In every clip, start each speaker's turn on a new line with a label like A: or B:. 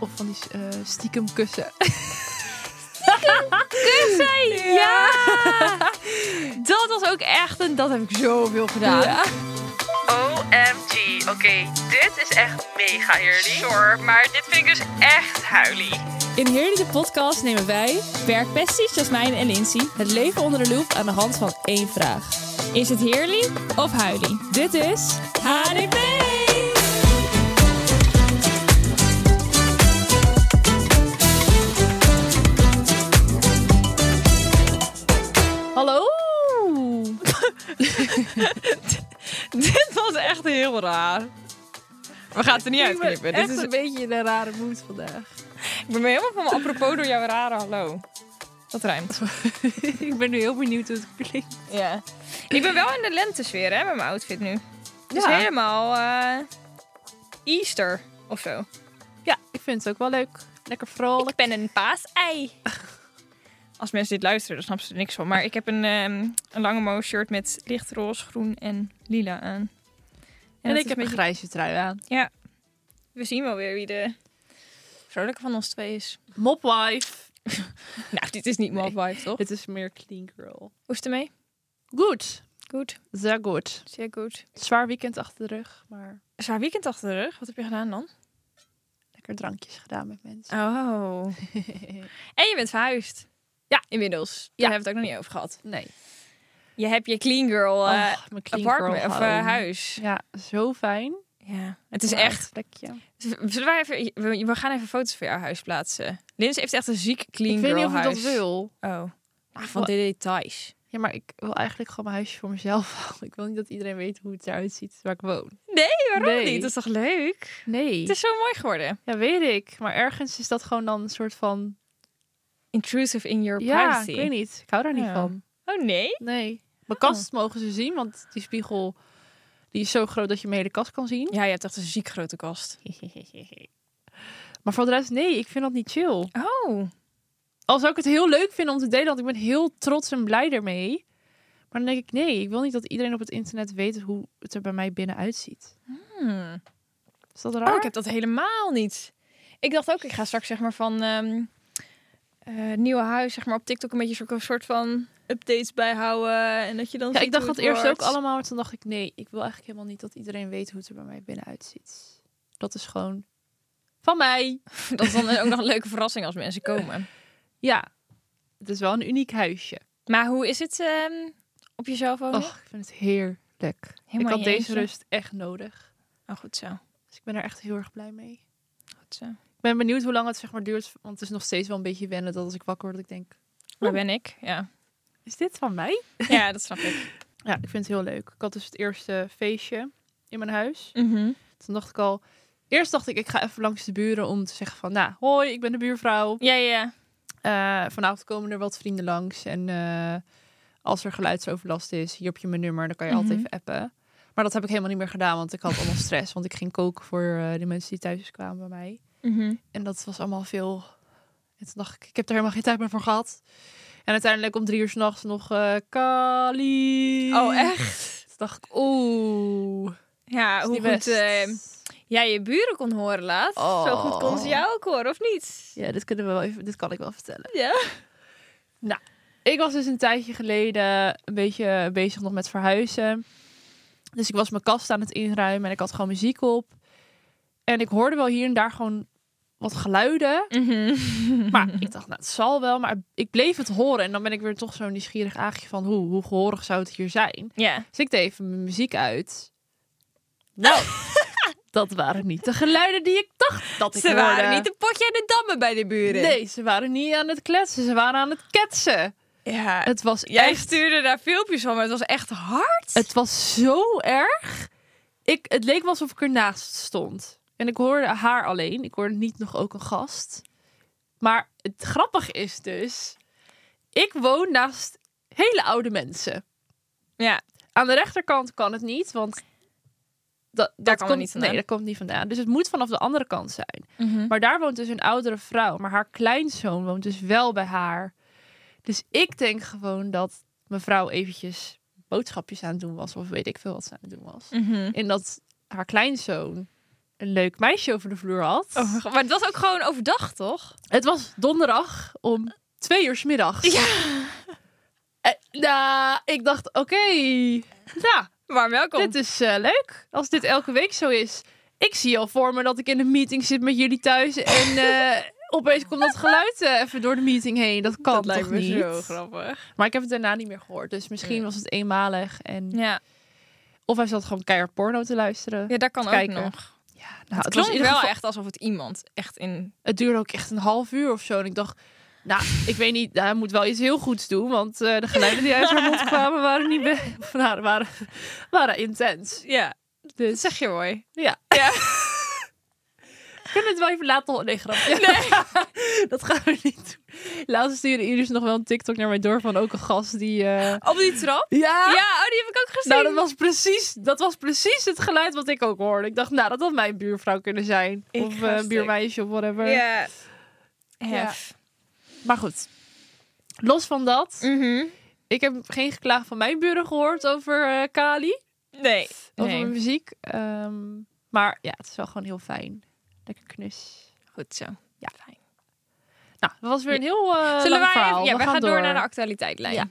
A: Of van die eh, stiekem kussen.
B: Kussen, ja! Dat was ook echt een... Dat heb ik zoveel gedaan.
A: Ja.
C: OMG. Oké, dit is echt mega eerlijk. Sure, maar dit vind ik dus echt huilie.
B: In Heerlijke Podcast nemen wij, werkbesties Jasmijn en Lindsay, het leven onder de loep aan de hand van één vraag. Is het heerlijk of huilie? Dit is HDP! Hallo!
C: Dit was echt heel raar. We gaan het er niet uitknippen. Dit is,
A: beetje in een rare moed vandaag.
C: ik ben helemaal van mijn apropos door jouw rare hallo. Dat ruimt.
A: ik ben nu heel benieuwd hoe het klinkt.
C: Ja. Ik ben wel in de lentesfeer hè, met mijn outfit nu. Het is
A: Ja.
C: helemaal eh, Easter of zo.
A: Ja, ik vind het ook wel leuk. Lekker
C: Oh, Ik
A: vrolijk.
C: ben een paasei. Als mensen dit luisteren, dan snappen ze er niks van. Maar ik heb een, ehm, een lange mouw shirt met licht roze, groen en lila aan.
A: En,
C: En, dat is
A: ik heb
C: een
A: een
C: beetje-
A: grijze trui aan.
C: We zien wel weer wie de vrolijke van ons twee is.
A: Mopwife.
C: Nou, dit is niet mijn vibe, toch? Hoe
A: Het is meer clean girl.
C: is het ermee?
A: Goed.
C: Goed.
A: Zeer goed.
C: Zeer goed.
A: Zwaar weekend achter de rug, maar
C: Zwaar weekend achter de rug. Wat heb je gedaan dan?
A: lekker drankjes gedaan met mensen.
C: Oh. En je bent verhuisd. Ja, inmiddels. Daar hebben we het ook nog niet over gehad.
A: nee.
C: Je hebt je clean girl, eh,
A: Oh, mijn clean
C: apartment
A: girl
C: of
A: home.
C: eh, huis.
A: Ja, zo fijn.
C: Ja. Het is
A: Een
C: echt
A: plekje.
C: Zullen wij even, we- we gaan even foto's van jouw huis plaatsen. Linus heeft echt een ziek clean
A: Ik weet
C: girl
A: niet of ik
C: huis.
A: dat wil.
C: Oh, Ah, van
A: Wat?
C: de details.
A: Ja, maar ik wil eigenlijk gewoon mijn huisje voor mezelf houden. Ik wil niet dat iedereen weet hoe het eruit ziet waar ik woon.
C: Nee, waarom
A: Nee.
C: niet? Dat is toch leuk?
A: Nee.
C: Het is zo mooi geworden.
A: Ja, weet ik. Maar ergens is dat gewoon dan een soort van...
C: Intrusive in your
A: ja,
C: privacy.
A: ik weet niet. Ik hou daar niet
C: Ja.
A: van.
C: Oh nee?
A: Nee. Oh. Mijn kast mogen ze zien, want die spiegel die is zo groot dat je mijn hele kast kan zien.
C: Ja, je hebt echt een ziek grote kast.
A: Maar voor de rest, nee, ik vind dat niet chill.
C: Oh.
A: Al zou ik het heel leuk vinden om te delen, want ik ben heel trots en blij ermee. Maar dan denk ik, nee, ik wil niet dat iedereen op het internet weet hoe het er bij mij binnen uitziet.
C: Hmm.
A: Is dat
C: Oh,
A: raar?
C: ik heb dat helemaal niet. Ik dacht ook, ik ga straks zeg maar van ehm eh, nieuwe huis zeg maar op TikTok een beetje zo'n soort van updates bijhouden. En dat je dan
A: Ja,
C: ziet
A: ik dacht
C: hoe
A: dat
C: het
A: eerst ook
C: wordt.
A: allemaal, maar toen dacht ik, nee, ik wil eigenlijk helemaal niet dat iedereen weet hoe het er bij mij binnen uitziet. Dat is gewoon van mij.
C: Dat is dan ook nog een leuke verrassing als mensen komen.
A: Ja, het is wel een uniek huisje.
C: Maar hoe is het ehm, op jezelf wonen?
A: Och, ik vind het heerlijk. ik
C: in
A: had
C: je
A: deze
C: eentje?
A: rust echt nodig.
C: Oh, goed zo.
A: Dus ik ben er echt heel erg blij mee.
C: Goed zo.
A: Ik ben benieuwd hoe lang het zeg maar duurt, want het is nog steeds wel een beetje wennen dat als ik wakker word, dat ik denk,
C: Waar ben ik? Ja.
A: is dit van mij?
C: ja, dat snap ik.
A: Ja, ik vind het heel leuk. Ik had dus het eerste feestje in mijn huis. Toen dacht ik al, eerst dacht ik, ik ga even langs de buren om te zeggen van, nou, hoi, ik ben de buurvrouw.
C: Ja, ja.
A: Eh, vanavond komen er wat vrienden langs. En eh, als er geluidsoverlast is, hier heb je mijn nummer. Dan kan je altijd
C: Mhm.
A: even appen. Maar dat heb ik helemaal niet meer gedaan, want ik had allemaal stress. Want ik ging koken voor eh de mensen die thuis kwamen bij mij. En dat was allemaal veel. En toen dacht ik, ik heb er helemaal geen tijd meer voor gehad. En uiteindelijk om drie uur s'nachts nog eh Kali.
C: Oh, echt?
A: Toen dacht ik, oeh.
C: Ja,
A: is
C: hoe
A: niet
C: goed
A: best.
C: eh, jij je buren kon horen laat.
A: Oh.
C: Zo goed kon ze jou ook horen, of niet?
A: Ja, dit, kunnen we wel even, dit kan ik wel vertellen.
C: Ja.
A: Ik was dus een tijdje geleden een beetje bezig nog met verhuizen. Dus ik was mijn kast aan het inruimen en ik had gewoon muziek op. En ik hoorde wel hier en daar gewoon wat geluiden.
C: Mhm.
A: Maar ik dacht, nou, het zal wel. Maar ik bleef het horen. En dan ben ik weer toch zo'n nieuwsgierig aagje van hoe, hoe gehoorig zou het hier zijn.
C: Ja.
A: Dus ik deed even mijn muziek uit. Nou, dat waren niet de geluiden die ik dacht dat ik
C: Ze waren
A: hoorde.
C: niet een potje en de dammen bij de buren.
A: Nee, ze waren niet aan het kletsen. Ze waren aan het ketsen.
C: Ja.
A: Het was
C: Jij
A: echt
C: stuurde daar filmpjes van, maar het was echt hard.
A: Het was zo erg. Ik, het leek wel alsof ik ernaast stond. En ik hoorde haar alleen. Ik hoorde niet nog ook een gast. Maar het grappige is dus... Ik woon naast hele oude mensen.
C: Ja.
A: Aan de rechterkant kan het niet, want... Dat, dat
C: kan het
A: komt,
C: niet vandaan.
A: Nee, dat komt niet vandaan. Dus het moet vanaf de andere kant zijn.
C: Mhm.
A: Maar daar woont dus een oudere vrouw. Maar haar kleinzoon woont dus wel bij haar. Dus ik denk gewoon dat mevrouw eventjes boodschapjes aan het doen was. Of weet ik veel wat ze aan het doen was.
C: Mhm.
A: En dat haar kleinzoon een leuk meisje over de vloer had.
C: Oh, maar het was ook gewoon overdag, toch?
A: Het was donderdag om twee uur 's middags.
C: Ja.
A: Eh, nou, ik dacht, oké, nou,
C: Maar welkom.
A: dit is eh, leuk. Als dit elke week zo is. Ik zie al voor me dat ik in een meeting zit met jullie thuis en eh, opeens komt dat geluid eh, even door de meeting heen. Dat kan
C: dat lijkt
A: toch
C: me
A: niet?
C: zo grappig.
A: Maar ik heb het daarna niet meer gehoord. Dus misschien
C: Ja.
A: was het eenmalig. En...
C: Ja,
A: Of hij zat gewoon keihard porno te luisteren.
C: ja daar kan
A: Kijken.
C: ook nog.
A: Ja, nou, het, was
C: het
A: in
C: klonk
A: ieder
C: wel
A: geval-
C: echt alsof het iemand echt in...
A: het duurde ook echt een half uur of zo. En ik dacht, nou, ik weet niet, nou, hij moet wel iets heel goeds doen. Want eh, de geluiden die uit haar mond kwamen waren niet be- of waren, waren, waren intens.
C: Ja, dat
A: Dus
C: zeg je mooi.
A: ja.
C: Ja.
A: Kunnen we het wel even later op? Nee, grapje. dat gaan we niet doen. Laatst stuurde Iris nog wel een TikTok naar mij door van ook een gast die... eh,
C: Op die trap?
A: Ja,
C: Ja, oh, die heb ik ook gezien.
A: Nou, dat was, precies, dat was precies het geluid wat ik ook hoorde. Ik dacht, nou, dat had mijn buurvrouw kunnen zijn.
C: Ik
A: of
C: ga
A: eh,
C: stuk.
A: buurmeisje of whatever.
C: Ja.
A: Hef. Maar goed, los van dat.
C: Mhm.
A: Ik heb geen geklaag van mijn buren gehoord over eh, Kali.
C: Nee.
A: Over
C: Nee.
A: mijn muziek. Ehm, maar ja, het is wel gewoon heel fijn. Lekker knus.
C: Goed zo.
A: Ja.
C: fijn.
A: Nou, dat was weer een heel eh
C: Zullen
A: lang
C: wij
A: verhaal.
C: even... Ja,
A: We
C: wij
A: gaan
C: gaan door. naar de actualiteitlijn.
A: Ja.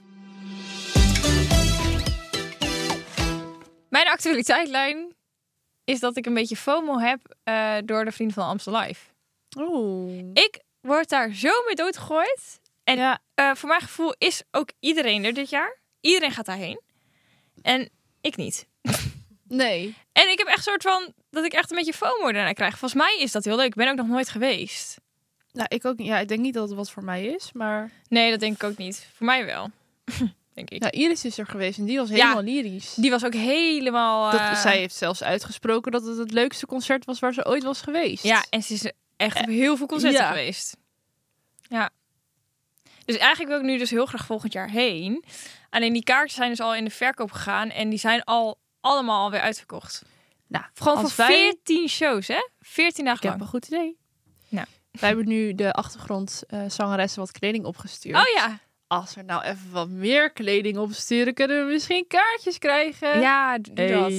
C: Mijn actualiteitlijn is dat ik een beetje FOMO heb eh, door de Vrienden van Amstel Live.
A: Oeh.
C: Ik word daar zo mee doodgegooid. En
A: Ja.
C: eh, voor mijn gevoel is ook iedereen er dit jaar. Iedereen gaat daarheen. En ik niet.
A: Nee.
C: En ik heb echt soort van dat ik echt een beetje FOMO daarna krijg. Volgens mij is dat heel leuk. Ik ben ook nog nooit geweest.
A: Nou, ik ook niet. Ja, ik denk niet dat het wat voor mij is. Maar
C: Nee, dat denk ik ook niet. Voor mij wel. denk ik.
A: ja, Iris is er geweest en die was
C: Ja.
A: helemaal lyrisch.
C: Die was ook helemaal. eh,
A: Dat, zij heeft zelfs uitgesproken dat het het leukste concert was waar ze ooit was geweest.
C: Ja, en ze is echt op heel veel concerten
A: Eh, ja.
C: geweest. Ja. Dus eigenlijk wil ik nu dus heel graag volgend jaar heen. Alleen die kaarten zijn dus al in de verkoop gegaan en die zijn al allemaal alweer uitverkocht.
A: nou,
C: Gewoon
A: als
C: voor
A: wij-
C: 14 shows, hè? 14
A: Ik
C: dagen
A: heb
C: lang.
A: een goed idee.
C: Nou.
A: Wij hebben nu de achtergrond eh, zangeressen wat kleding opgestuurd.
C: Oh ja.
A: Als er nou even wat meer kleding opsturen, kunnen we misschien kaartjes krijgen.
C: Ja, d- doe
A: Eh, Hey.
C: dat.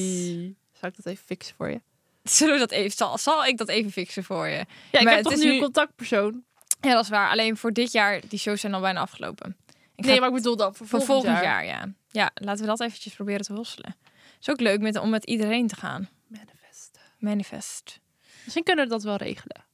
A: Zou ik dat even fixen voor je?
C: Zullen we dat even, zal, zal ik dat even fixen voor je?
A: Ja, ik
C: Maar
A: heb
C: het
A: toch
C: is
A: nu
C: nu-
A: een contactpersoon.
C: Ja, dat is waar. Alleen voor dit jaar, die shows zijn al bijna afgelopen. Ik ga
A: Nee, maar ik bedoel dan voor
C: voor
A: volgend,
C: volgend jaar. ja. Ja, laten we dat eventjes proberen te hosselen. Is ook leuk met, om met iedereen te gaan.
A: Manifesten.
C: Manifest.
A: Misschien kunnen we dat wel regelen.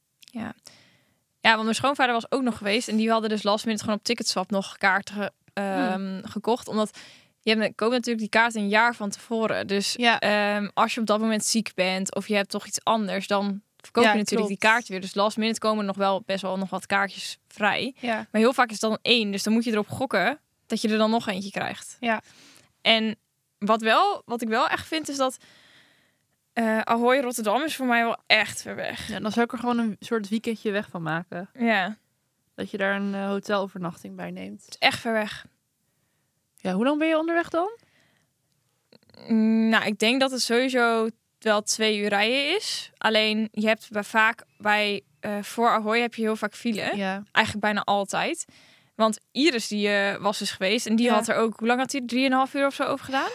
C: Ja, want mijn schoonvader was ook nog geweest. En die hadden dus last minute gewoon op ticketswap nog kaarten ge- ehm,
A: Hmm.
C: gekocht. Omdat je hebt, koopt natuurlijk die kaart een jaar van tevoren. Dus
A: Ja.
C: ehm, als je op dat moment ziek bent of je hebt toch iets anders, dan verkoop
A: Ja,
C: je natuurlijk die
A: klopt.
C: kaart weer. Dus last minute komen er nog wel best wel nog wat kaartjes vrij.
A: Ja.
C: Maar heel vaak is het dan één. Dus dan moet je erop gokken dat je er dan nog eentje krijgt.
A: Ja.
C: En wat, wel, wat ik wel echt vind is dat eh Ahoy Rotterdam is voor mij wel echt ver weg.
A: ja. Dan zou ik er gewoon een soort weekendje weg van maken.
C: Ja, het
A: Dat je daar een eh, hotelovernachting bij neemt.
C: is echt ver weg.
A: Ja, hoe lang ben je onderweg dan?
C: Mm, Nou, ik denk dat het sowieso wel twee uur rijden is. Alleen je hebt bij vaak bij eh, voor Ahoy heb je heel vaak file.
A: Ja.
C: Eigenlijk bijna altijd. Want Iris die eh, was dus geweest en die
A: Ja.
C: had er ook hoe lang had hij drieënhalf uur of zo over gedaan?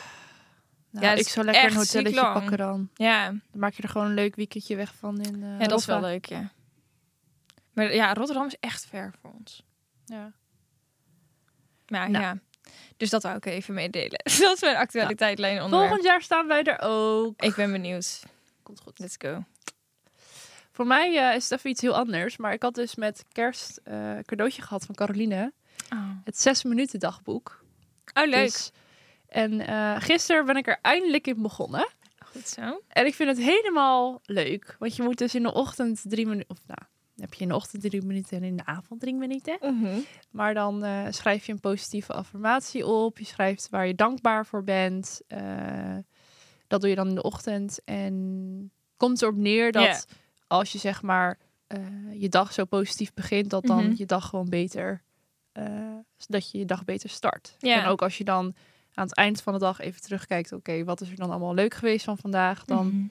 A: Nou,
C: Ja, het
A: ik
C: is
A: zou lekker een
C: echt ziek
A: hotelletje
C: lang.
A: pakken dan.
C: Ja,
A: Dan maak je er gewoon een leuk weekendje weg van in eh,
C: ja dat is wel
A: Roffa.
C: leuk. Ja. Maar ja, Rotterdam is echt ver voor ons.
A: Ja.
C: Maar
A: Nou.
C: ja, dus dat wou ik even meedelen. dat is mijn actualiteitlijn onderwerp.
A: Volgend jaar staan wij er ook.
C: Ik ben benieuwd.
A: Komt goed.
C: Let's go.
A: Voor mij eh, is het even iets heel anders. Maar ik had dus met kerst eh, een cadeautje gehad van Caroline.
C: Oh,
A: Het zes minuten dagboek.
C: leuk.
A: Dus- en eh, gisteren ben ik er eindelijk in begonnen.
C: Goed zo.
A: En ik vind het helemaal leuk. Want je moet dus in de ochtend drie minuten... Of nou, dan heb je in de ochtend drie minuten en in de avond drie minuten.
C: Mhm.
A: Maar dan eh, schrijf je een positieve affirmatie op. Je schrijft waar je dankbaar voor bent. Eh, dat doe je dan in de ochtend. En komt erop neer dat
C: Ja.
A: als je zeg maar eh, je dag zo positief begint, dat dan
C: Mhm.
A: je dag gewoon beter. eh, dat je je dag beter start.
C: Ja.
A: En ook als je dan aan het eind van de dag even terugkijkt. Oké, wat is er dan allemaal leuk geweest van vandaag? Dan
C: Mhm.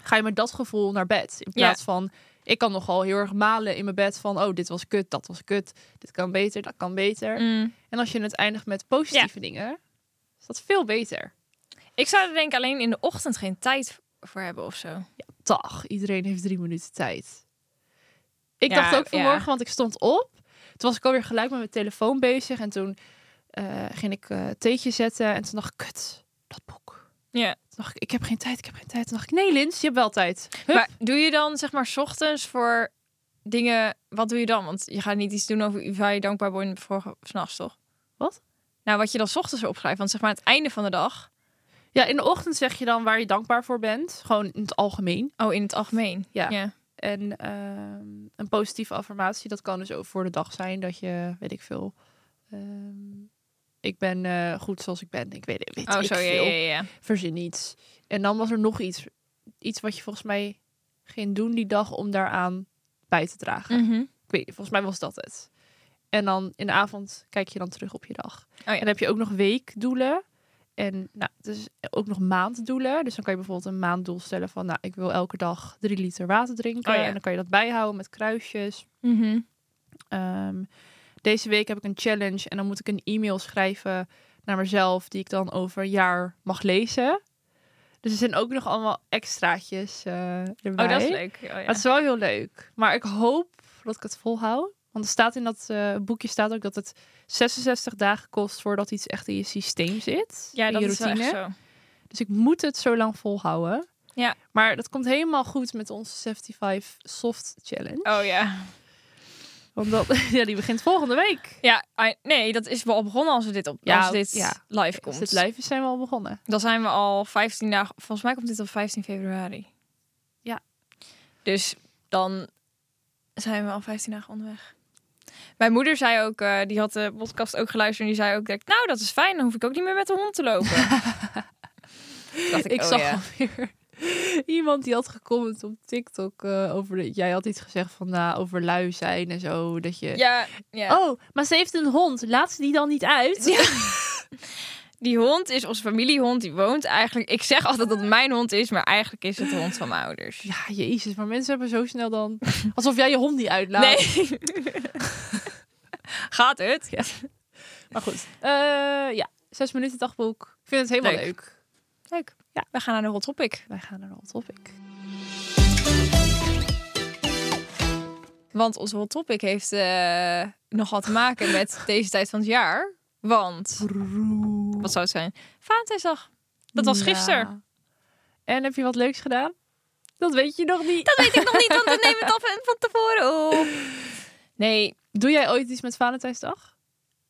A: ga je met dat gevoel naar bed. In
C: Ja.
A: plaats van, ik kan nogal heel erg malen in mijn bed van, oh, dit was kut, dat was kut, dit kan beter, dat kan beter.
C: Mm.
A: En als je het eindigt met positieve dingen, is dat veel beter.
C: Ik zou er denk ik alleen in de ochtend geen tijd voor hebben of zo.
A: dag. Iedereen heeft drie minuten tijd. Ik
C: Ja,
A: dacht ook
C: ja.
A: vanmorgen, want ik stond op. Toen was ik alweer gelijk met mijn telefoon bezig. En toen eh, ging ik eh theetje zetten. En toen dacht ik, kut, dat boek.
C: Ja.
A: Toen dacht ik, ik heb geen tijd, ik heb geen tijd. Toen dacht ik, nee Lins, je hebt wel tijd. Hup.
C: Maar doe je dan zeg maar 's ochtends voor dingen? Wat doe je dan? Want je gaat niet iets doen over waar je dankbaar bent voor s'nachts, toch?
A: Wat?
C: Nou, wat je dan 's ochtends opschrijft. Want zeg maar aan het einde van de dag.
A: Ja, in de ochtend zeg je dan waar je dankbaar voor bent. Gewoon in het algemeen.
C: Oh, in het algemeen.
A: Ja.
C: ja.
A: En ehm, een positieve affirmatie, dat kan dus ook voor de dag zijn. Dat je, weet ik veel... ehm, ik ben eh, goed zoals ik ben. Ik weet, weet
C: Oh,
A: ik
C: zo ja,
A: veel.
C: ja, ja.
A: verzin iets. En dan was er nog iets, iets wat je volgens mij ging doen die dag om daaraan bij te dragen.
C: Mhm.
A: Ik weet niet, volgens mij was dat het. En dan in de avond kijk je dan terug op je dag.
C: Oh ja.
A: En dan heb je ook nog weekdoelen. En nou, dus ook nog maanddoelen. Dus dan kan je bijvoorbeeld een maanddoel stellen van... nou, ik wil elke dag drie liter water drinken.
C: Oh ja.
A: En dan kan je dat bijhouden met kruisjes.
C: Mhm.
A: Ehm, deze week heb ik een challenge en dan moet ik een e-mail schrijven naar mezelf die ik dan over een jaar mag lezen. Dus er zijn ook nog allemaal extraatjes eh, erbij.
C: Oh, dat is leuk. Oh, ja.
A: Maar Het is wel heel leuk. Maar ik hoop dat ik het volhoud. Want er staat in dat eh, boekje staat ook dat het 66 dagen kost voordat iets echt in je systeem zit.
C: ja,
A: in
C: dat
A: je
C: is wel
A: routine.
C: echt zo.
A: Dus ik moet het zo lang volhouden.
C: Ja.
A: Maar dat komt helemaal goed met onze 75 Soft Challenge.
C: Oh ja.
A: Want dat, ja, die begint volgende week.
C: Ja, I- nee, dat is wel begonnen als we dit op
A: Ja,
C: als dit
A: ja.
C: live
A: Als
C: komt.
A: Dus het live is, zijn we al begonnen.
C: Dan zijn we al 15 dagen. Volgens mij komt dit op 15 februari.
A: Ja.
C: Dus dan zijn we al 15 dagen onderweg. Mijn moeder zei ook, eh, die had de podcast ook geluisterd en die zei ook direct, nou dat is fijn, dan hoef ik ook niet meer met de hond te lopen. Dacht
A: Ik,
C: oh
A: zag
C: ja.
A: alweer iemand die had gecomment op TikTok eh, over de, jij had iets gezegd van nou over lui zijn en zo dat je.
C: Ja, ja.
A: Oh, maar ze heeft een hond. Laat ze die dan niet uit?
C: Die hond is onze familiehond, die woont eigenlijk. Ik zeg altijd dat het mijn hond is, maar eigenlijk is het de hond van mijn ouders.
A: Ja, jezus, maar mensen hebben zo snel dan alsof jij je hond niet uitlaat.
C: Nee. Gaat het?
A: Maar goed. Eh, ja, zes minuten dagboek. Ik vind het helemaal leuk.
C: Leuk. Leuk. Ja. We gaan naar de hot topic.
A: Wij gaan naar een hot topic.
C: Want onze hot topic heeft eh, nogal te maken met deze tijd van het jaar. Want, wat zou het zijn? Valentijnsdag. Dat was gisteren.
A: Ja. En heb je wat leuks gedaan? Dat weet je nog niet.
C: Dat weet ik nog niet, want we nemen het af van tevoren op. Nee,
A: Doe jij ooit iets met Valentijnsdag?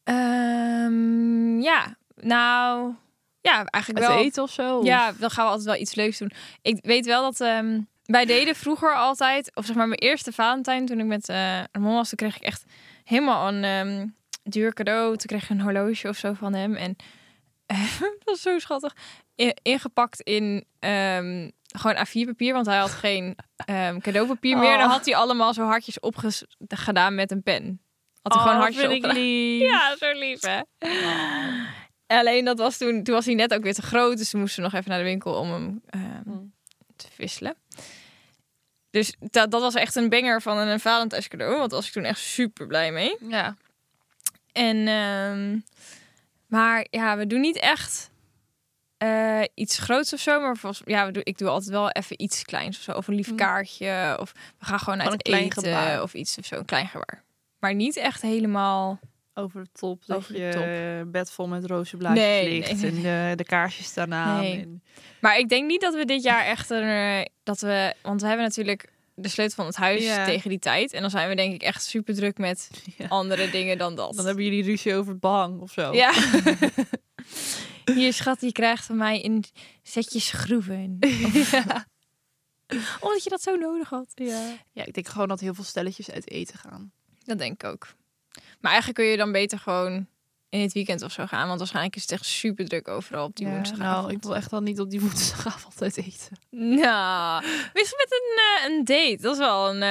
C: ehm, ja, nou, ja, eigenlijk
A: Uit
C: wel.
A: eten of zo?
C: Ja, dan gaan we altijd wel iets leuks doen. Ik weet wel dat ehm, wij deden vroeger altijd, of zeg maar mijn eerste Valentijn toen ik met eh Ramon was, toen kreeg ik echt helemaal een ehm, duur cadeau. Toen kreeg ik een horloge of zo van hem en dat was zo schattig. I- ingepakt in ehm, gewoon A4 papier, want hij had geen ehm, cadeaupapier meer.
A: Oh.
C: Dan had hij allemaal zo hartjes opges- gedaan met een pen. Had hij
A: Oh,
C: gewoon
A: dat
C: hartjes
A: vind ik
C: opgedaan.
A: lief.
C: Ja, zo lief hè. Oh. Alleen dat was toen, toen was hij net ook weer te groot, dus toen moesten we nog even naar de winkel om hem ehm,
A: Mm.
C: te wisselen. Dus dat, dat was echt een banger van een Valentijns cadeau, want daar was ik toen echt super blij mee.
A: Ja.
C: En, ehm, maar ja, we doen niet echt eh, iets groots of zo, maar volgens, ja, we doen, ik doe altijd wel even iets kleins of zo, of een lief
A: Mm.
C: kaartje, of we gaan Hm.
A: Gewoon
C: gewoon uit
A: een klein
C: eten
A: gebaar.
C: of iets of zo, een klein gebaar. Maar niet echt helemaal
A: Over de top. Dat
C: Over de
A: je bed vol met rozenblaadjes
C: Nee,
A: ligt.
C: nee,
A: En eh, de, de kaarsjes daarna.
C: Nee.
A: En...
C: Maar ik denk niet dat we dit jaar echt een, eh, dat we, want we hebben natuurlijk de sleutel van het huis
A: Ja.
C: tegen die tijd. En dan zijn we denk ik echt super druk met
A: Ja.
C: andere dingen dan dat.
A: Dan hebben jullie ruzie over het behang of zo.
C: Ja. Hier schat, je krijgt van mij een setje schroeven.
A: ja.
C: Omdat je dat zo nodig had.
A: ja. ik denk gewoon dat heel veel stelletjes uit eten gaan.
C: Dat denk ik ook. Maar eigenlijk kun je dan beter gewoon in het weekend of zo gaan. Want waarschijnlijk is het echt super druk overal op die
A: Ja,
C: woensdagavond.
A: nou, ik wil echt wel niet op die woensdagavond uit eten.
C: Nou, misschien met een, eh, een date. Dat is wel een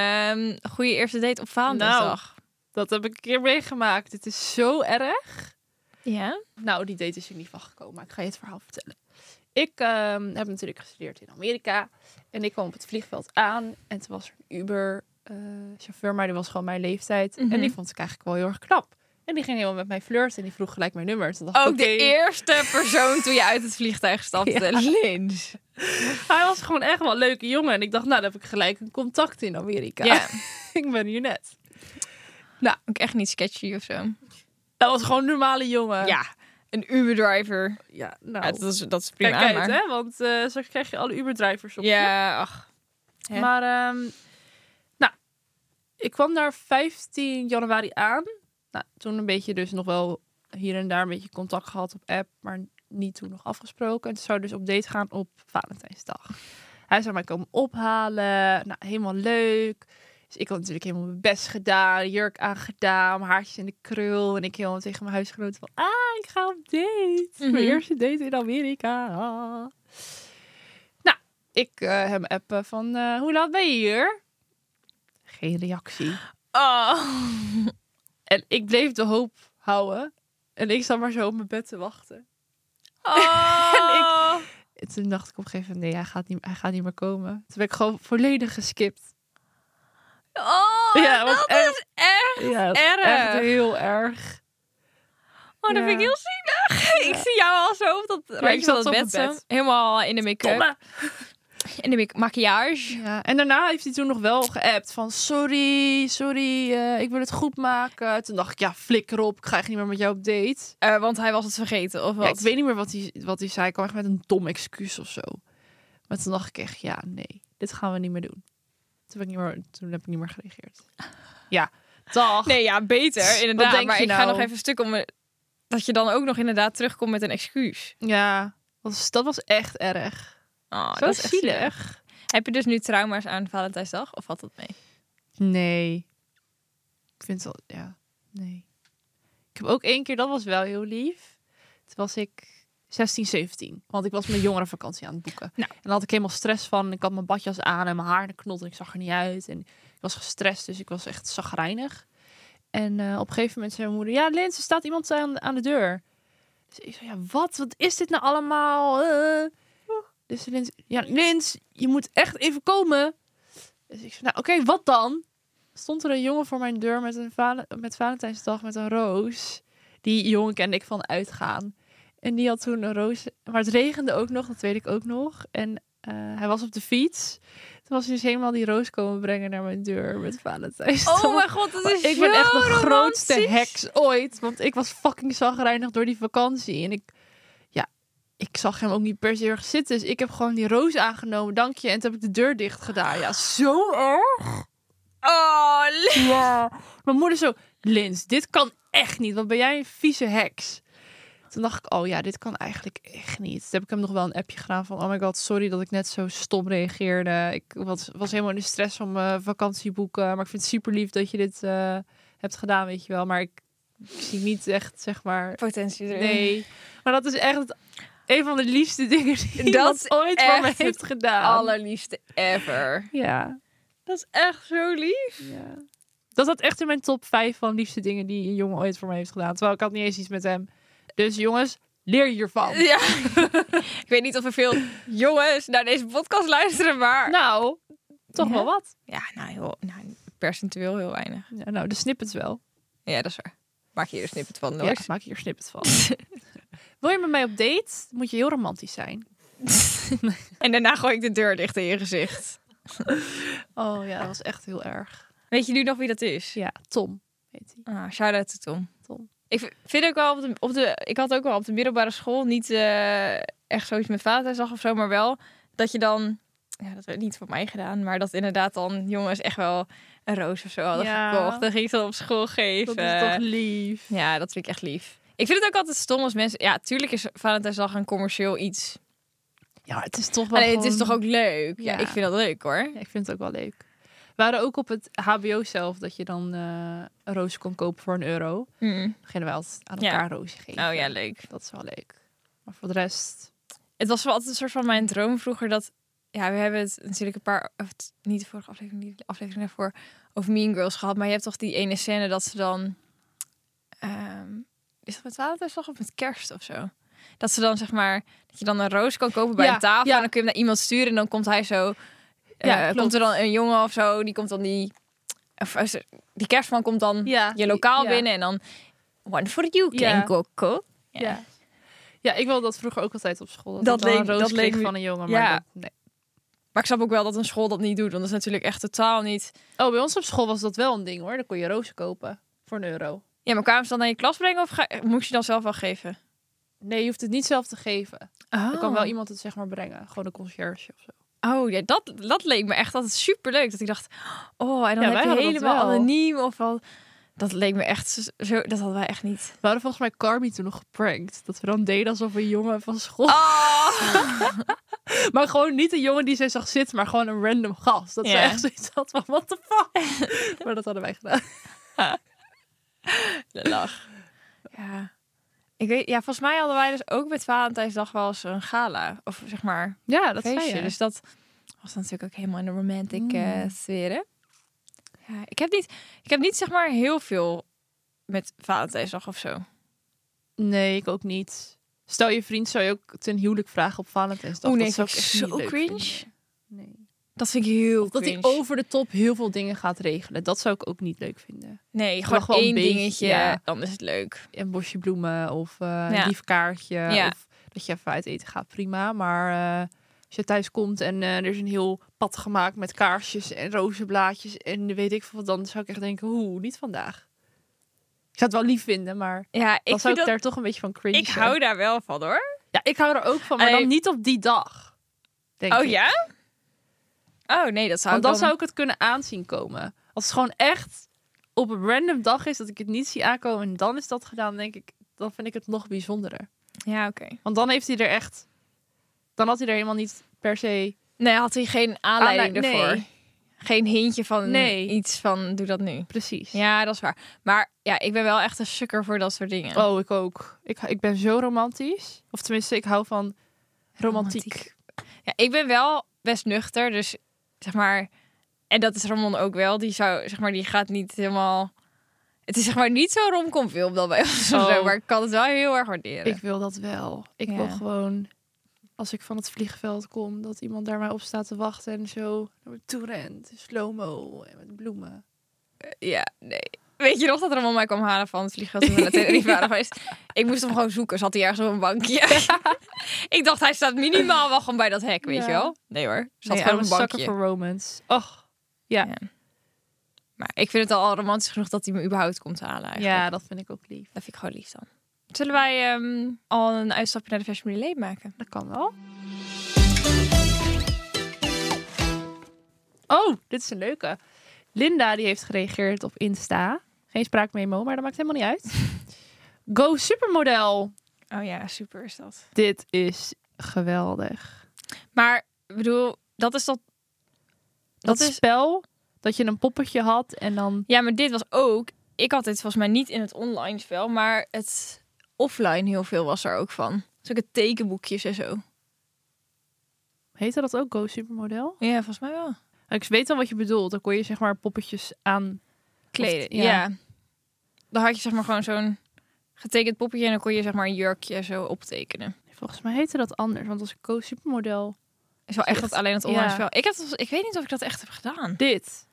C: eh, goede eerste date op Valentijnsdag.
A: Dat heb ik een keer meegemaakt. Het is zo erg.
C: Ja?
A: Nou, die date is er niet van gekomen. Maar ik ga je het verhaal vertellen. Ik ehm, heb natuurlijk gestudeerd in Amerika. En ik kwam op het vliegveld aan. En toen was er een Uber-chauffeur, eh, maar die was gewoon mijn leeftijd.
C: Mhm.
A: En die vond ik eigenlijk wel heel erg knap. En die ging helemaal met mij flirten en die vroeg gelijk mijn nummer. Toen dacht ik,
C: Ook
A: oké.
C: de eerste persoon toen je uit het vliegtuig stapte.
A: Ja.
C: Lins.
A: Hij was gewoon echt wel een leuke jongen. En ik dacht, nou, dan heb ik gelijk een contact in Amerika.
C: Ja, Nou,
A: ik ben hier net.
C: ook echt niet sketchy of zo.
A: Dat was gewoon een normale jongen.
C: Ja, een Uber-driver.
A: Ja, nou.
C: Ja, dat, is, dat is
A: Kijk
C: prima,
A: uit,
C: maar...
A: hè, want eh, straks krijg je alle Uberdrijvers op. je.
C: Ja, ach. hè?
A: Maar, ehm, nou, ik kwam daar 15 januari aan. Nou, toen een beetje dus nog wel hier en daar een beetje contact gehad op app, maar niet toen nog afgesproken. En toen zou dus op date gaan op Valentijnsdag. Hij zou mij komen ophalen, nou, helemaal leuk. Dus ik had natuurlijk helemaal mijn best gedaan, jurk aangedaan, mijn haartjes in de krul. En ik helemaal tegen mijn huisgenoot van, ah, ik ga op date.
C: Mhm.
A: Mijn eerste date in Amerika. Ah. Nou, ik eh hem appen van, eh, hoe laat ben je hier? Geen reactie.
C: Oh.
A: En ik bleef de hoop houden. En ik zat maar zo op mijn bed te wachten.
C: Oh.
A: En toen dacht ik op een gegeven moment, nee, hij gaat niet, hij gaat niet meer komen. Toen ben ik gewoon volledig geskipt.
C: Oh,
A: Ja,
C: dat
A: wat erg.
C: is echt
A: Ja,
C: erg.
A: echt heel erg.
C: Oh, dat vind ik
A: Ja.
C: heel zielig. Ik zie jou al zo op dat randje
A: ik zat
C: van dat
A: op
C: bed.
A: mijn
C: zo.
A: bed.
C: Helemaal in de make-up.
A: Domme.
C: In de make- maquillage.
A: Ja, en daarna heeft hij toen nog wel geappt van sorry, sorry, eh, ik wil het goed maken. Toen dacht ik, ja, flikker op, ik ga echt niet meer met jou op date.
C: Eh, want hij was het vergeten, of wat?
A: Ja, ik weet niet meer wat hij, wat hij zei, ik kwam echt met een dom excuus of zo. Maar toen dacht ik echt, ja, nee, dit gaan we niet meer doen. Toen, ben ik niet meer, toen heb ik niet meer gereageerd. Ja, dag.
C: Nee, ja, beter,
A: Wat
C: inderdaad.
A: denk
C: maar
A: je
C: ik ga
A: nou?
C: nog even een stuk om... me- Dat je dan ook nog inderdaad terugkomt met een excuus.
A: Ja, dat was, dat was echt erg.
C: Oh,
A: zo
C: dat is echt zielig.
A: zielig.
C: Heb je dus nu trauma's aan Valentijnsdag? Of valt dat mee?
A: Nee. Ik vind het wel, ja, nee. Ik heb ook één keer, dat was wel heel lief. Toen was ik 16, 17. Want ik was mijn jongerenvakantie aan het boeken.
C: Nou.
A: En daar had ik helemaal stress van. Ik had mijn badjas aan en mijn haar in een knot en ik zag er niet uit. En ik was gestrest, dus ik was echt zagrijnig. En eh, op een gegeven moment zei mijn moeder... Ja, Lins, er staat iemand aan, aan de deur. Dus ik zei, ja, wat? Wat is dit nou allemaal? Eh. Dus Lins, ja, Lins, je moet echt even komen. Dus ik zei, nou oké, wat dan? Stond er een jongen voor mijn deur met, een vale- met Valentijnsdag met een roos. Die jongen kende ik van uitgaan. En die had toen een roos. Maar het regende ook nog, dat weet ik ook nog. En eh, hij was op de fiets. Toen was hij dus helemaal die roos komen brengen naar mijn deur met Valentijnsdag.
C: Oh mijn god, dat is
A: ik ben
C: zo
A: echt de grootste
C: romantisch.
A: heks ooit. Want ik was fucking zagrijnig door die vakantie. En ik, ja, ik zag hem ook niet per se heel erg zitten. Dus ik heb gewoon die roos aangenomen. Dank je. En toen heb ik de deur dicht gedaan. Ja, zo erg.
C: Oh, li-
A: Ja. Mijn moeder zo, Lins, dit kan echt niet. Wat ben jij een vieze heks. Toen dacht ik, oh ja, dit kan eigenlijk echt niet. Toen heb ik hem nog wel een appje gedaan van, oh my god, sorry dat ik net zo stom reageerde. Ik was, was helemaal in de stress van mijn vakantieboeken. Maar ik vind het super lief dat je dit eh, hebt gedaan, weet je wel. Maar ik, ik zie niet echt, zeg maar,
C: Potentie erin.
A: nee. Maar dat is echt het- een van de liefste dingen die
C: Dat
A: iemand
C: is
A: ooit voor me
C: echt
A: heeft gedaan.
C: Allerliefste ever.
A: Ja,
C: Dat is echt zo lief.
A: ja. Dat zat echt in mijn top 5 van liefste dingen die een jongen ooit voor mij heeft gedaan. Terwijl ik had niet eens iets met hem. Dus jongens, leer hiervan.
C: Oh. Ja. ik weet niet of er veel jongens naar deze podcast luisteren, maar...
A: Nou, toch
C: Ja.
A: wel wat.
C: Ja, nou, heel, nou percentueel heel weinig.
A: Ja, nou, de snippets wel.
C: Ja, dat is waar. Maak je hier een snippet van,
A: Ja,
C: Noors.
A: maak hier snippets van. Wil je met mij op date? Moet je heel romantisch zijn.
C: En daarna gooi ik de deur dicht in je gezicht.
A: Oh ja, dat was echt heel erg.
C: Weet je nu nog wie dat is?
A: Ja, Tom heet hij.
C: Ah, shout-out to Tom.
A: Tom.
C: Ik v- vind ook wel op de, op de... Ik had ook wel op de middelbare school niet eh, echt zoiets met Valentijnsdag of zo, maar wel dat je dan... Ja, dat werd niet voor mij gedaan, maar dat inderdaad dan jongens echt wel een roos of zo hadden
A: Ja.
C: gekocht. Dan ging ik dat op school geven.
A: Dat is toch lief.
C: Ja, dat vind ik echt lief. Ik vind het ook altijd stom als mensen... Ja, tuurlijk is Valentijnsdag een commercieel iets.
A: Ja, maar het is toch wel
C: Alleen, het
A: gewoon-
C: is toch ook leuk? Ja,
A: Ja.
C: ik vind dat leuk hoor.
A: Ja, ik vind het ook wel leuk. We waren ook op het HBO zelf dat je dan eh, een roos kon kopen voor een euro.
C: Mm.
A: Dan gingen we altijd aan
C: Ja.
A: elkaar roosje rozen geven.
C: Oh ja, leuk.
A: Dat is wel leuk. Maar voor de rest...
C: Het was wel altijd een soort van mijn droom vroeger dat... Ja, we hebben het natuurlijk een paar... Of het- niet de vorige aflevering, die aflevering daarvoor... Over Mean Girls gehad. Maar je hebt toch die ene scène dat ze dan... ehm, is dat met Valentijnsdag of met kerst of zo? Dat ze dan zeg maar... Dat je dan een roos kan kopen bij
A: Ja,
C: een tafel.
A: ja.
C: En dan kun je hem naar iemand sturen. En dan komt hij zo... eh,
A: Ja, klopt.
C: komt er dan een jongen of zo. Die komt dan die... Of, eh, die kerstman komt dan
A: Ja.
C: je lokaal binnen en dan One for you,
A: Ja.
C: Koko. Ja.
A: Ja. ja, ik wilde dat vroeger ook altijd op school. Dat,
C: Dat
A: ik dan
C: leek-
A: een roos
C: dat leek
A: kreeg
C: me-
A: van een jongen. Maar
C: Ja.
A: dat- nee.
C: Maar ik snap ook wel dat een school dat niet doet. Want dat is natuurlijk echt totaal niet...
A: Oh, bij ons op school was dat wel een ding hoor. Dan kon je rozen kopen voor een euro.
C: Ja, maar kwamen ze dan naar je klas brengen of ga- moest je dan zelf wel geven?
A: Nee, je hoeft het niet zelf te geven.
C: Oh.
A: Er kan wel iemand het zeg maar brengen. Gewoon een conciërge of zo.
C: Oh, ja, dat, dat leek me echt altijd superleuk. Dat ik dacht, oh, en dan
A: Ja, wij
C: heb je
A: hadden dat
C: helemaal
A: wel.
C: anoniem of wel... Dat leek me echt zo- zo... Dat hadden wij echt niet.
A: We hadden volgens mij Carmi toen nog geprankt. Dat we dan deden alsof een jongen van school... Ah. maar gewoon niet een jongen die zij zag zitten, maar gewoon een random gast. Dat
C: Ja.
A: zij echt zoiets had van, what the fuck? maar dat hadden wij gedaan.
C: lach. Ja. Ik weet, ja, volgens mij hadden wij dus ook met Valentijnsdag wel eens een gala. Of zeg maar
A: Ja, dat
C: feestje.
A: zei je.
C: Dus dat was natuurlijk ook helemaal in de romantic eh
A: Mm.
C: sfeer. hè? Ja, ik, heb niet, ik heb niet zeg maar heel veel met Valentijnsdag of zo.
A: Nee, ik ook niet. Stel je vriend zou je ook ten huwelijk vragen op Valentijnsdag.
C: Oeh,
A: Dat
C: nee,
A: zou
C: vind
A: ik
C: ik
A: echt niet
C: zo
A: leuk
C: cringe.
A: vinden. Nee.
C: Dat vind ik heel
A: Of dat hij
C: cringe.
A: over de top heel veel dingen gaat regelen. Dat zou ik ook niet leuk vinden.
C: Nee,
A: mag
C: gewoon
A: wel een
C: één
A: beetje,
C: dingetje.
A: ja.
C: Dan is het leuk.
A: Een bosje bloemen of eh, een
C: Ja.
A: lief kaartje.
C: Ja.
A: Of dat je even uit eten gaat, prima. Maar eh, als je thuis komt en eh, er is een heel pad gemaakt met kaarsjes en rozenblaadjes en weet ik veel wat, dan zou ik echt denken, hoe, niet vandaag. Ik zou het wel lief vinden, maar
C: Ja, ik,
A: dan
C: vind
A: zou ik
C: dat,
A: daar toch een beetje van cringe.
C: ik hou daar wel van hoor.
A: Ja, ik hou er ook van, maar
C: Hey.
A: dan niet op die dag. Denk
C: Oh
A: ik.
C: ja? Oh nee, dat zou
A: Want dan
C: ik dan-
A: zou ik het kunnen aanzien komen. Als het gewoon echt op een random dag is dat ik het niet zie aankomen en dan is dat gedaan, dan denk ik, dan vind ik het nog bijzonderer.
C: Ja, oké.
A: Want dan heeft hij er echt, dan had hij er helemaal niet per se.
C: Nee, had hij geen aanleiding
A: Aanlei-
C: ervoor? Geen hintje van
A: Nee.
C: iets van doe dat nu.
A: Precies.
C: Ja, dat is waar. Maar ja, ik ben wel echt een sukker voor dat soort dingen.
A: Oh, ik ook. Ik, ik ben zo romantisch. Of tenminste, ik hou van romantiek.
C: Romantiek. Ja, ik ben wel best nuchter, dus zeg maar. En dat is Ramon ook wel. Die zou, zeg maar, die gaat niet helemaal. Het is zeg maar niet zo romcomfilm dan bij ons of
A: Oh.
C: zo, maar ik kan het wel heel erg waarderen.
A: Ik wil dat wel. Ik wil
C: Ja.
A: gewoon, als ik van het vliegveld kom, dat iemand daar mij op staat te wachten en zo naar me toe rent. Slow-mo en met bloemen.
C: Ja, nee. Weet je nog dat Ramon mij kwam halen van het vliegveld toen we naar Tenerife waren geweest? Ik moest hem gewoon zoeken. Zat hij ergens op een bankje? ik dacht, hij staat minimaal wel gewoon bij dat hek, weet
A: Ja.
C: je wel? Nee hoor, zat
A: Nee,
C: gewoon
A: I'm
C: op een
A: a sucker
C: bankje.
A: for romance. Och, ja.
C: Ja, Maar ik vind het al romantisch genoeg dat hij me überhaupt komt halen eigenlijk.
A: Ja, dat vind ik ook lief.
C: Dat vind ik gewoon lief dan. Zullen wij ehm, al een uitstapje naar de Fashion Relay maken?
A: Dat kan wel. Oh, dit is een leuke. Linda die heeft gereageerd op Insta. Geen spraakmemo, maar dat maakt helemaal niet uit. Go supermodel.
C: Oh ja, super is dat.
A: Dit is geweldig.
C: Maar ik bedoel, dat is dat...
A: Dat,
C: Dat is-
A: spel dat je een poppetje had en dan
C: Ja, maar dit was ook... Ik had dit volgens mij niet in het online spel, maar het offline heel veel was er ook van. Zulke tekenboekjes en zo.
A: heette dat ook Go supermodel.
C: Ja, volgens mij wel.
A: Ik weet al wat je bedoelt. Dan kon je zeg maar poppetjes aan.
C: Kleden,
A: ja.
C: ja. Dan had je zeg maar gewoon zo'n getekend poppetje en dan kon je zeg maar een jurkje zo optekenen.
A: Volgens mij heette dat anders, want als Go supermodel.
C: Is wel echt
A: Echt?
C: dat alleen het online
A: Ja.
C: spel. Ik, heb, dat- ik weet niet of ik dat echt heb gedaan.
A: Dit.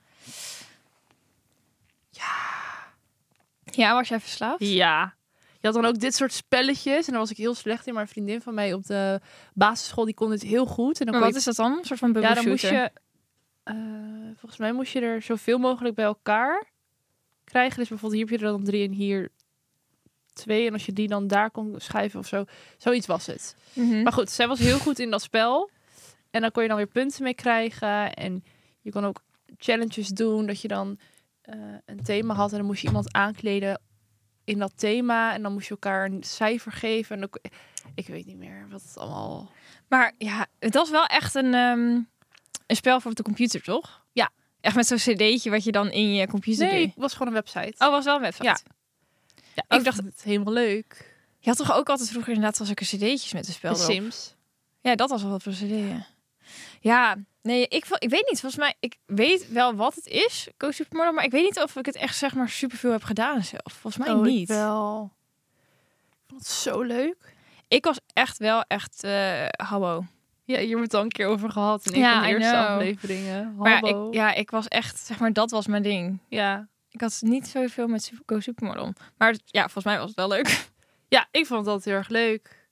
C: Ja, was jij verslaafd?
A: Ja. Je had dan ook dit soort spelletjes. En daar was ik heel slecht in. Maar een vriendin van mij op de basisschool, die kon dit heel goed. En dan
C: Maar
A: kon
C: wat is dat dan? Een soort van
A: je,
C: bubble
A: Ja, dan moest
C: shooter?
A: je... eh, volgens mij moest je er zoveel mogelijk bij elkaar krijgen. Dus bijvoorbeeld hier heb je er dan drie en hier twee. En als je die dan daar kon schuiven of zo. Zoiets was het.
C: Mhm.
A: Maar goed, zij was heel goed in dat spel. En dan kon je dan weer punten mee krijgen. En je kon ook challenges doen. Dat je dan eh, een thema had. En dan moest je iemand aankleden in dat thema. En dan moest je elkaar een cijfer geven. En dan, kon- ik weet niet meer wat het allemaal...
C: Maar ja, het was wel echt een, ehm, een spel voor op de computer, toch?
A: Ja.
C: Echt met zo'n cd'tje wat je dan in je computer
A: Nee,
C: deed.
A: het was gewoon een website.
C: Oh, was wel een website.
A: Ja. ja, ik,
C: ik
A: dacht, oh, het helemaal leuk.
C: Je had toch ook altijd vroeger inderdaad was ik cd'tjes met de spel
A: De
C: erop?
A: Sims.
C: Ja, dat was wel wat voor cd'en. Ja, nee, ik, vo- ik weet niet. Volgens mij, ik weet wel wat het is, Go Supermodel, maar ik weet niet of ik het echt zeg maar superveel heb gedaan zelf. Volgens mij
A: Oh, ik
C: niet.
A: wel. Ik vond het zo leuk.
C: Ik was echt wel echt eh hallo.
A: Ja, hier hebben we het al een keer over gehad. In een
C: Ja,
A: van de
C: I
A: eerste
C: know.
A: afleveringen.
C: Maar ja
A: Hallo.
C: ik, ja, ik was echt zeg maar dat was mijn ding.
A: ja.
C: Ik Ik had niet zoveel met Super- Go Supermodel. Maar ja, volgens mij was het wel leuk.
A: Ja, ik vond dat heel erg leuk.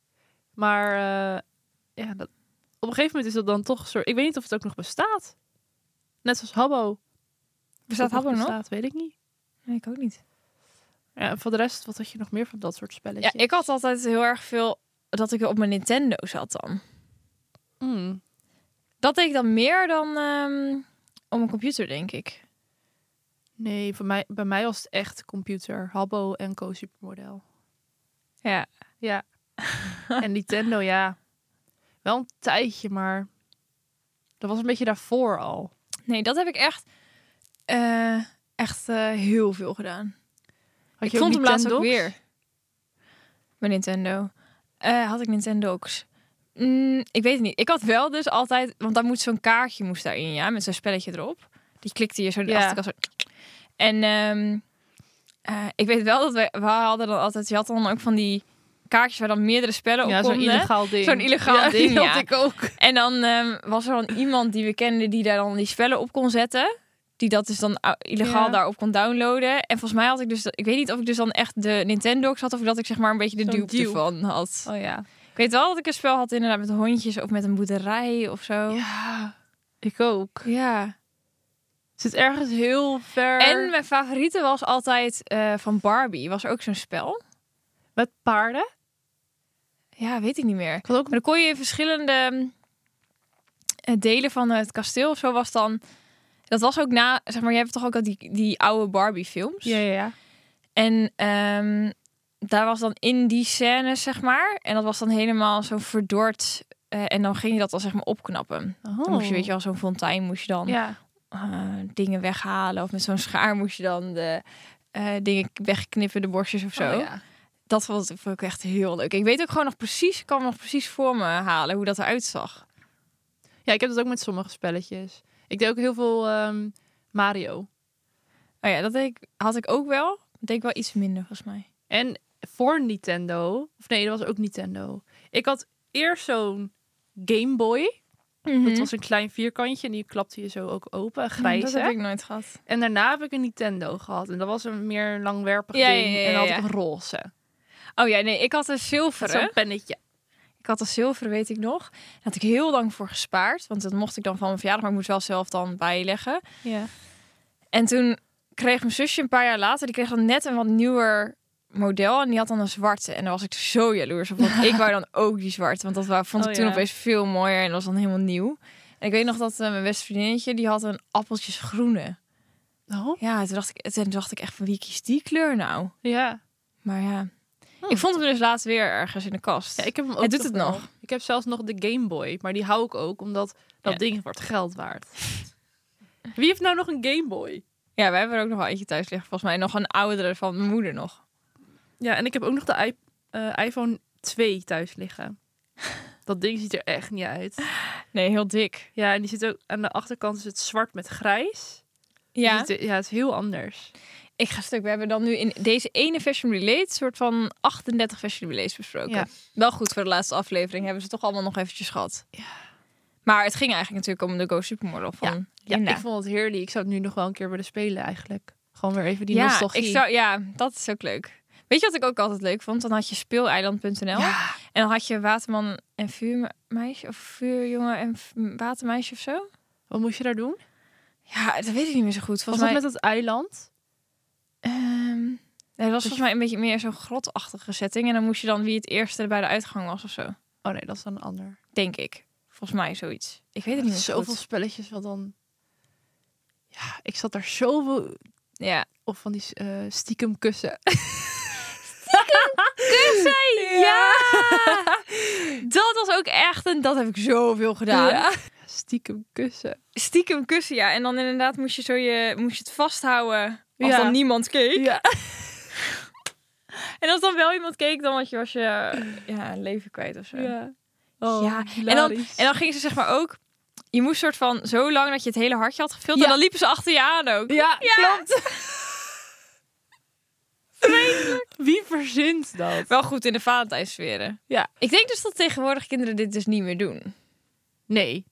A: Maar eh, ja, dat, op een gegeven moment is dat dan toch een soort... Ik weet niet of het ook nog bestaat. Net zoals Habbo.
C: Bestaat
A: Of
C: Habbo nog?
A: Bestaat, weet ik niet.
C: Nee, ik ook niet.
A: Ja, en voor de rest, wat had je nog meer van dat soort
C: Ja,
A: spelletjes?
C: ik had altijd heel erg veel dat ik op mijn Nintendo zat dan.
A: Mm.
C: Dat deed ik dan meer dan ehm, op mijn computer, denk ik.
A: Nee, voor mij, bij mij was het echt computer. Habbo en Co Supermodel.
C: Ja.
A: Ja. en Nintendo, ja. Wel een tijdje, maar... Dat was een beetje daarvoor al.
C: Nee, dat heb ik echt, eh, echt eh, heel veel gedaan.
A: Had
C: ik vond hem laatst ook
A: Nintendox?
C: weer. Mijn Nintendo. Eh, had ik Nintendo's? Mm, ik weet het niet. Ik had wel dus altijd, want daar moet zo'n kaartje moest daarin, ja, met zo'n spelletje erop. Die klikte je zo in de
A: Ja.
C: achterkant. zo. En ehm, eh, ik weet wel dat wij, we hadden dan altijd, je had dan ook van die kaartjes waar dan meerdere spellen op
A: Ja, zo'n
C: konden.
A: illegaal ding.
C: Zo'n illegaal
A: Ja,
C: ding,
A: die
C: ja.
A: had ik ook.
C: En dan ehm, was er dan iemand die we kenden die daar dan die spellen op kon zetten. Die dat dus dan ou- illegaal
A: Ja.
C: daarop kon downloaden. En volgens mij had ik dus, dat- ik weet niet of ik dus dan echt de Nintendo's had of dat ik zeg maar een beetje de
A: Zo'n
C: dupe,
A: dupe.
C: ervan had.
A: Oh ja.
C: Ik weet wel dat ik een spel had inderdaad met hondjes of met een boerderij of zo. Ja.
A: Ja, ik ook. Zit ergens heel ver.
C: En mijn favoriete was altijd eh, van Barbie. Was er ook zo'n spel?
A: met paarden.
C: Ja, weet ik niet meer.
A: Ik had ook
C: Maar dan kon je in verschillende ehm, eh, delen van het kasteel of zo was dan. Dat was ook na, zeg maar, je hebt toch ook al die, die oude Barbie-films.
A: ja, ja.
C: En ehm, daar was dan in die scène, zeg maar. En dat was dan helemaal zo verdord. eh, en dan ging je dat dan, zeg maar, opknappen. Dan moest je, weet je wel, zo'n fontein moest je dan
A: Oh. Ja.
C: eh, dingen weghalen. Of met zo'n schaar moest je dan de eh, dingen wegknippen, de borstjes of zo.
A: Oh, ja.
C: Dat vond, vond ik echt heel leuk. Ik weet ook gewoon nog precies, ik kan me nog precies voor me halen hoe dat eruit zag.
A: ja, ik heb dat ook met sommige spelletjes. Ik deed ook heel veel ehm, Mario.
C: Oh ja, dat deed ik, had ik ook wel. Dat deed ik wel iets minder, volgens mij.
A: En voor Nintendo, of nee, dat was ook Nintendo. Ik had eerst zo'n Game Boy.
C: Mhm.
A: Dat was een klein vierkantje en die klapte je zo ook open, grijs.
C: dat
A: hè?
C: heb ik nooit gehad.
A: En daarna heb ik een Nintendo gehad. En dat was een meer langwerpig
C: Ja, ja,
A: ding.
C: ja, ja,
A: en dan had
C: ja.
A: ik een roze.
C: Oh ja, nee, ik had een
A: Met
C: zilveren.
A: Zo'n pennetje.
C: Ik had een zilver, weet ik nog. Daar had ik heel lang voor gespaard. Want dat mocht ik dan van mijn verjaardag, maar ik moest wel zelf dan bijleggen.
A: Ja.
C: En toen kreeg mijn zusje een paar jaar later, die kreeg dan net een wat nieuwer model. En die had dan een zwarte. En daar was ik zo jaloers op. Want ik wou dan ook die zwarte. Want dat wou- vond ik
A: Oh,
C: toen
A: ja.
C: opeens veel mooier en dat was dan helemaal nieuw. En ik weet nog dat eh, mijn beste vriendinnetje, die had een appeltjesgroene.
A: Oh,
C: Ja, toen dacht ik, eh, toen dacht ik echt van wie kiest die kleur nou?
A: ja.
C: Maar ja,
A: Hm.
C: ik vond hem dus laatst weer ergens in de kast.
A: Ja, ik heb hem ook.
C: Hij doet het nog.
A: wel. Ik heb zelfs nog de Game Boy, maar die hou ik ook omdat dat
C: Ja.
A: ding wordt geld waard. Wie heeft nou nog een Game Boy?
C: Ja, wij hebben er ook nog wel eentje thuis liggen. Volgens mij nog een oudere van mijn moeder nog.
A: Ja, en ik heb ook nog de i- eh, iPhone 2 thuis liggen. Dat ding ziet er echt niet uit.
C: Nee, heel dik.
A: Ja, en die zit ook aan de achterkant is het zwart met grijs. Die
C: Ja,
A: ziet er- ja, het is heel anders.
C: ik ga stuk. We hebben dan nu in deze ene Fashion Relate soort van 38 Fashion Relates besproken.
A: Ja.
C: Wel goed voor de laatste aflevering. Hebben ze toch allemaal nog eventjes gehad.
A: Ja.
C: Maar het ging eigenlijk natuurlijk om de Go Supermodel van
A: Ja,
C: Linda.
A: ik vond het heerlijk. Ik zou het nu nog wel een keer willen spelen eigenlijk. Gewoon weer even die
C: ja,
A: nostalgie.
C: ik zou, ja, dat is ook leuk. Weet je wat ik ook altijd leuk vond? Dan had je speeleiland.nl
A: Ja,
C: en dan had je waterman en vuurmeisje of vuurjongen en v- watermeisje of zo.
A: wat moest je daar doen?
C: Ja, dat weet ik niet meer zo goed. Volgens
A: Was
C: mij
A: dat met dat eiland?
C: Ehm, nee, dat was volgens mij een beetje meer zo'n grotachtige setting. En dan moest je dan wie het eerste bij de uitgang was of zo.
A: Oh nee, dat is dan een ander.
C: Denk ik. Volgens mij zoiets. Ik weet het niet meer zo
A: zoveel
C: goed.
A: spelletjes wat dan. Ja, ik zat daar zoveel
C: Ja.
A: of van die eh, stiekem kussen.
C: Kussen! Ja! dat was ook echt een... Dat heb ik zoveel gedaan.
A: Stiekem kussen.
C: Stiekem kussen, ja. En dan inderdaad moest je, zo je, moest je het vasthouden als
A: Ja.
C: dan niemand keek.
A: Ja.
C: En als dan wel iemand keek, dan was je, was je eh, ja, leven kwijt of zo.
A: Ja. Oh,
C: Ja, en dan, en dan gingen ze zeg maar ook... Je moest soort van zo lang dat je het hele hartje had gevuld.
A: Ja.
C: En dan liepen ze achter je aan ook.
A: ja,
C: Ja.
A: klopt. Wie verzint dat?
C: Wel goed in de Valentijnsferen.
A: Ja.
C: Ik denk dus dat tegenwoordig kinderen dit dus niet meer doen.
A: Nee,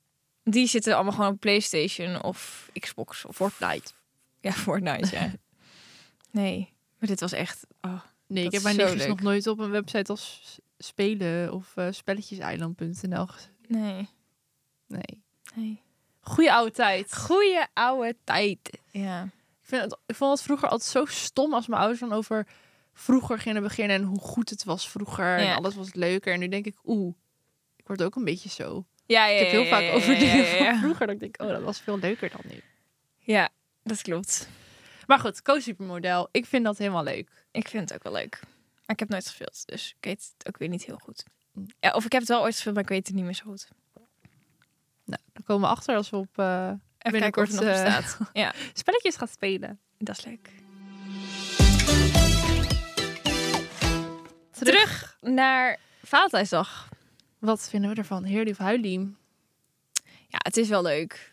C: Die zitten allemaal gewoon op PlayStation of Xbox of
A: Fortnite.
C: ja, Fortnite. Ja. Nee, maar dit was echt... Oh.
A: Nee, ik heb
C: Dat is
A: mijn
C: zo
A: nichtjes
C: leuk.
A: nog nooit op een website als s- spelen of eh, spelletjeseiland.nl. gez-
C: Nee,
A: Nee.
C: nee.
A: Goeie oude tijd.
C: Goeie oude tijd. Ja.
A: Ik, vind het, ik vond het vroeger altijd zo stom als mijn ouders dan over vroeger gingen beginnen en hoe goed het was vroeger en
C: Ja.
A: alles was leuker. En nu denk ik, oeh, ik word ook een beetje zo.
C: Ja, ja,
A: ik heb heel
C: ja,
A: vaak
C: ja, ja,
A: over
C: ja,
A: dingen
C: ja,
A: van
C: ja.
A: vroeger dat ik denk, oh, dat was veel leuker dan nu.
C: Ja, dat klopt.
A: Maar goed, co-supermodel, ik vind dat helemaal leuk.
C: Ik vind het ook wel leuk. Maar ik heb nooit gespeeld, dus ik weet het ook weer niet heel goed. Ja, of ik heb het wel ooit gespeeld, maar ik weet het niet meer zo goed.
A: Dan komen we achter als we op eh,
C: Even
A: Binnenkort,
C: kijken of het nog
A: eh,
C: bestaat. ja,
A: spelletjes gaan spelen.
C: dat is leuk.
A: Terug.
C: Terug naar Valentijnsdag.
A: Wat vinden we ervan? Heerlijk of huilie?
C: Ja, het is wel leuk.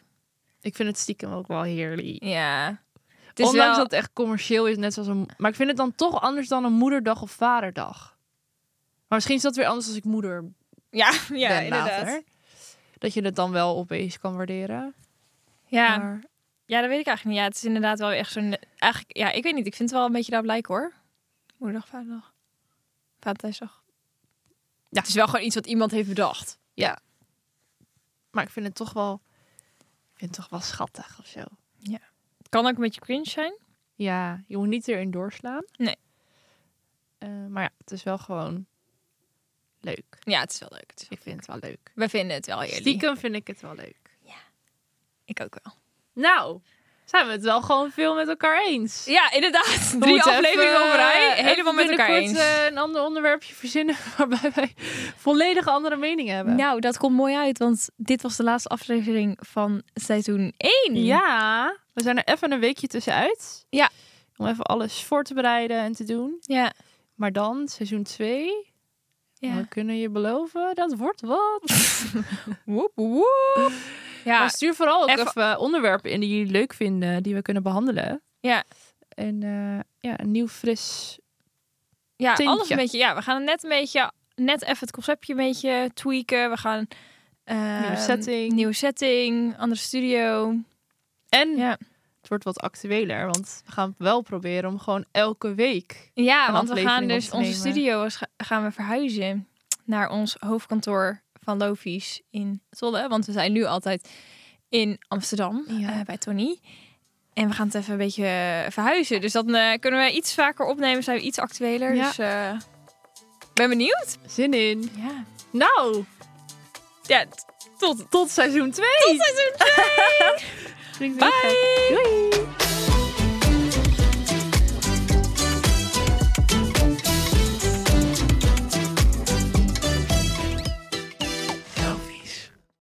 A: Ik vind het stiekem ook wel heerlijk.
C: Ja. Het is
A: Ondanks
C: wel...
A: dat het echt commercieel is, net zoals een... Maar ik vind het dan toch anders dan een moederdag of vaderdag. Maar misschien is dat weer anders als ik moeder
C: Ja, ja
A: ben
C: inderdaad.
A: later. Dat je het dan wel opeens kan waarderen.
C: Ja.
A: Maar
C: ja, dat weet ik eigenlijk niet. Ja, het is inderdaad wel echt zo'n... Eigenlijk, ja, ik weet niet. Ik vind het wel een beetje daarop lijken, hoor. Moederdag, vaderdag. Valentijnsdag.
A: Ja.
C: Ja. Het is wel gewoon iets wat iemand heeft bedacht.
A: Maar ik vind het toch wel, ik vind het toch wel schattig of zo.
C: Het kan ook een beetje cringe zijn.
A: Ja, je moet niet erin doorslaan.
C: Nee.
A: Eh, maar ja, het is wel gewoon leuk.
C: Ja, het is wel leuk. Oh, Het is wel-
A: Ik vind het wel leuk.
C: We vinden het wel eerlijk.
A: Stiekem vind ik het wel leuk.
C: Ik ook wel.
A: Nou, zijn we het wel gewoon veel met elkaar eens.
C: Ja, inderdaad.
A: We
C: Drie
A: moeten
C: afleveringen
A: even,
C: overrij.
A: eh,
C: Helemaal
A: even
C: met elkaar eens.
A: binnenkort, eh, een ander onderwerpje verzinnen waarbij wij volledig andere meningen hebben.
C: Nou, dat komt mooi uit, want dit was de laatste aflevering van seizoen 1.
A: Ja, we zijn er even een weekje tussenuit.
C: hmm. Ja.
A: Om even alles voor te bereiden en te doen.
C: Ja.
A: Maar dan, seizoen 2, we
C: Ja.
A: kunnen je beloven, dat wordt wat.
C: Woep, woep.
A: Maar
C: Ja.
A: stuur vooral ook even,
C: even-
A: onderwerpen in die jullie leuk vinden, die we kunnen behandelen.
C: Ja.
A: En eh, ja, een nieuw fris...
C: ja,
A: tintje.
C: alles een beetje. Ja, we gaan het net een beetje, net even het conceptje een beetje tweaken. We gaan... eh,
A: Nieuwe setting.
C: Nieuwe setting, andere studio.
A: En
C: Ja.
A: het wordt wat actueler, want we gaan wel proberen om gewoon elke week...
C: Ja,
A: Een
C: want we gaan
A: aflevering op
C: dus
A: te
C: onze
A: nemen.
C: studio is- gaan we verhuizen naar ons hoofdkantoor van Lofies in Zwolle. Want we zijn nu altijd in Amsterdam
A: Ja.
C: eh, bij Tony. En we gaan het even een beetje eh, verhuizen. Dus dan eh, kunnen we iets vaker opnemen, zijn we iets actueler.
A: Ja.
C: Dus eh, ik ben benieuwd.
A: Zin in.
C: Ja,
A: Nou,
C: ja t- tot
A: tot seizoen 2!
C: seizoen 2. Bye!
A: Doei!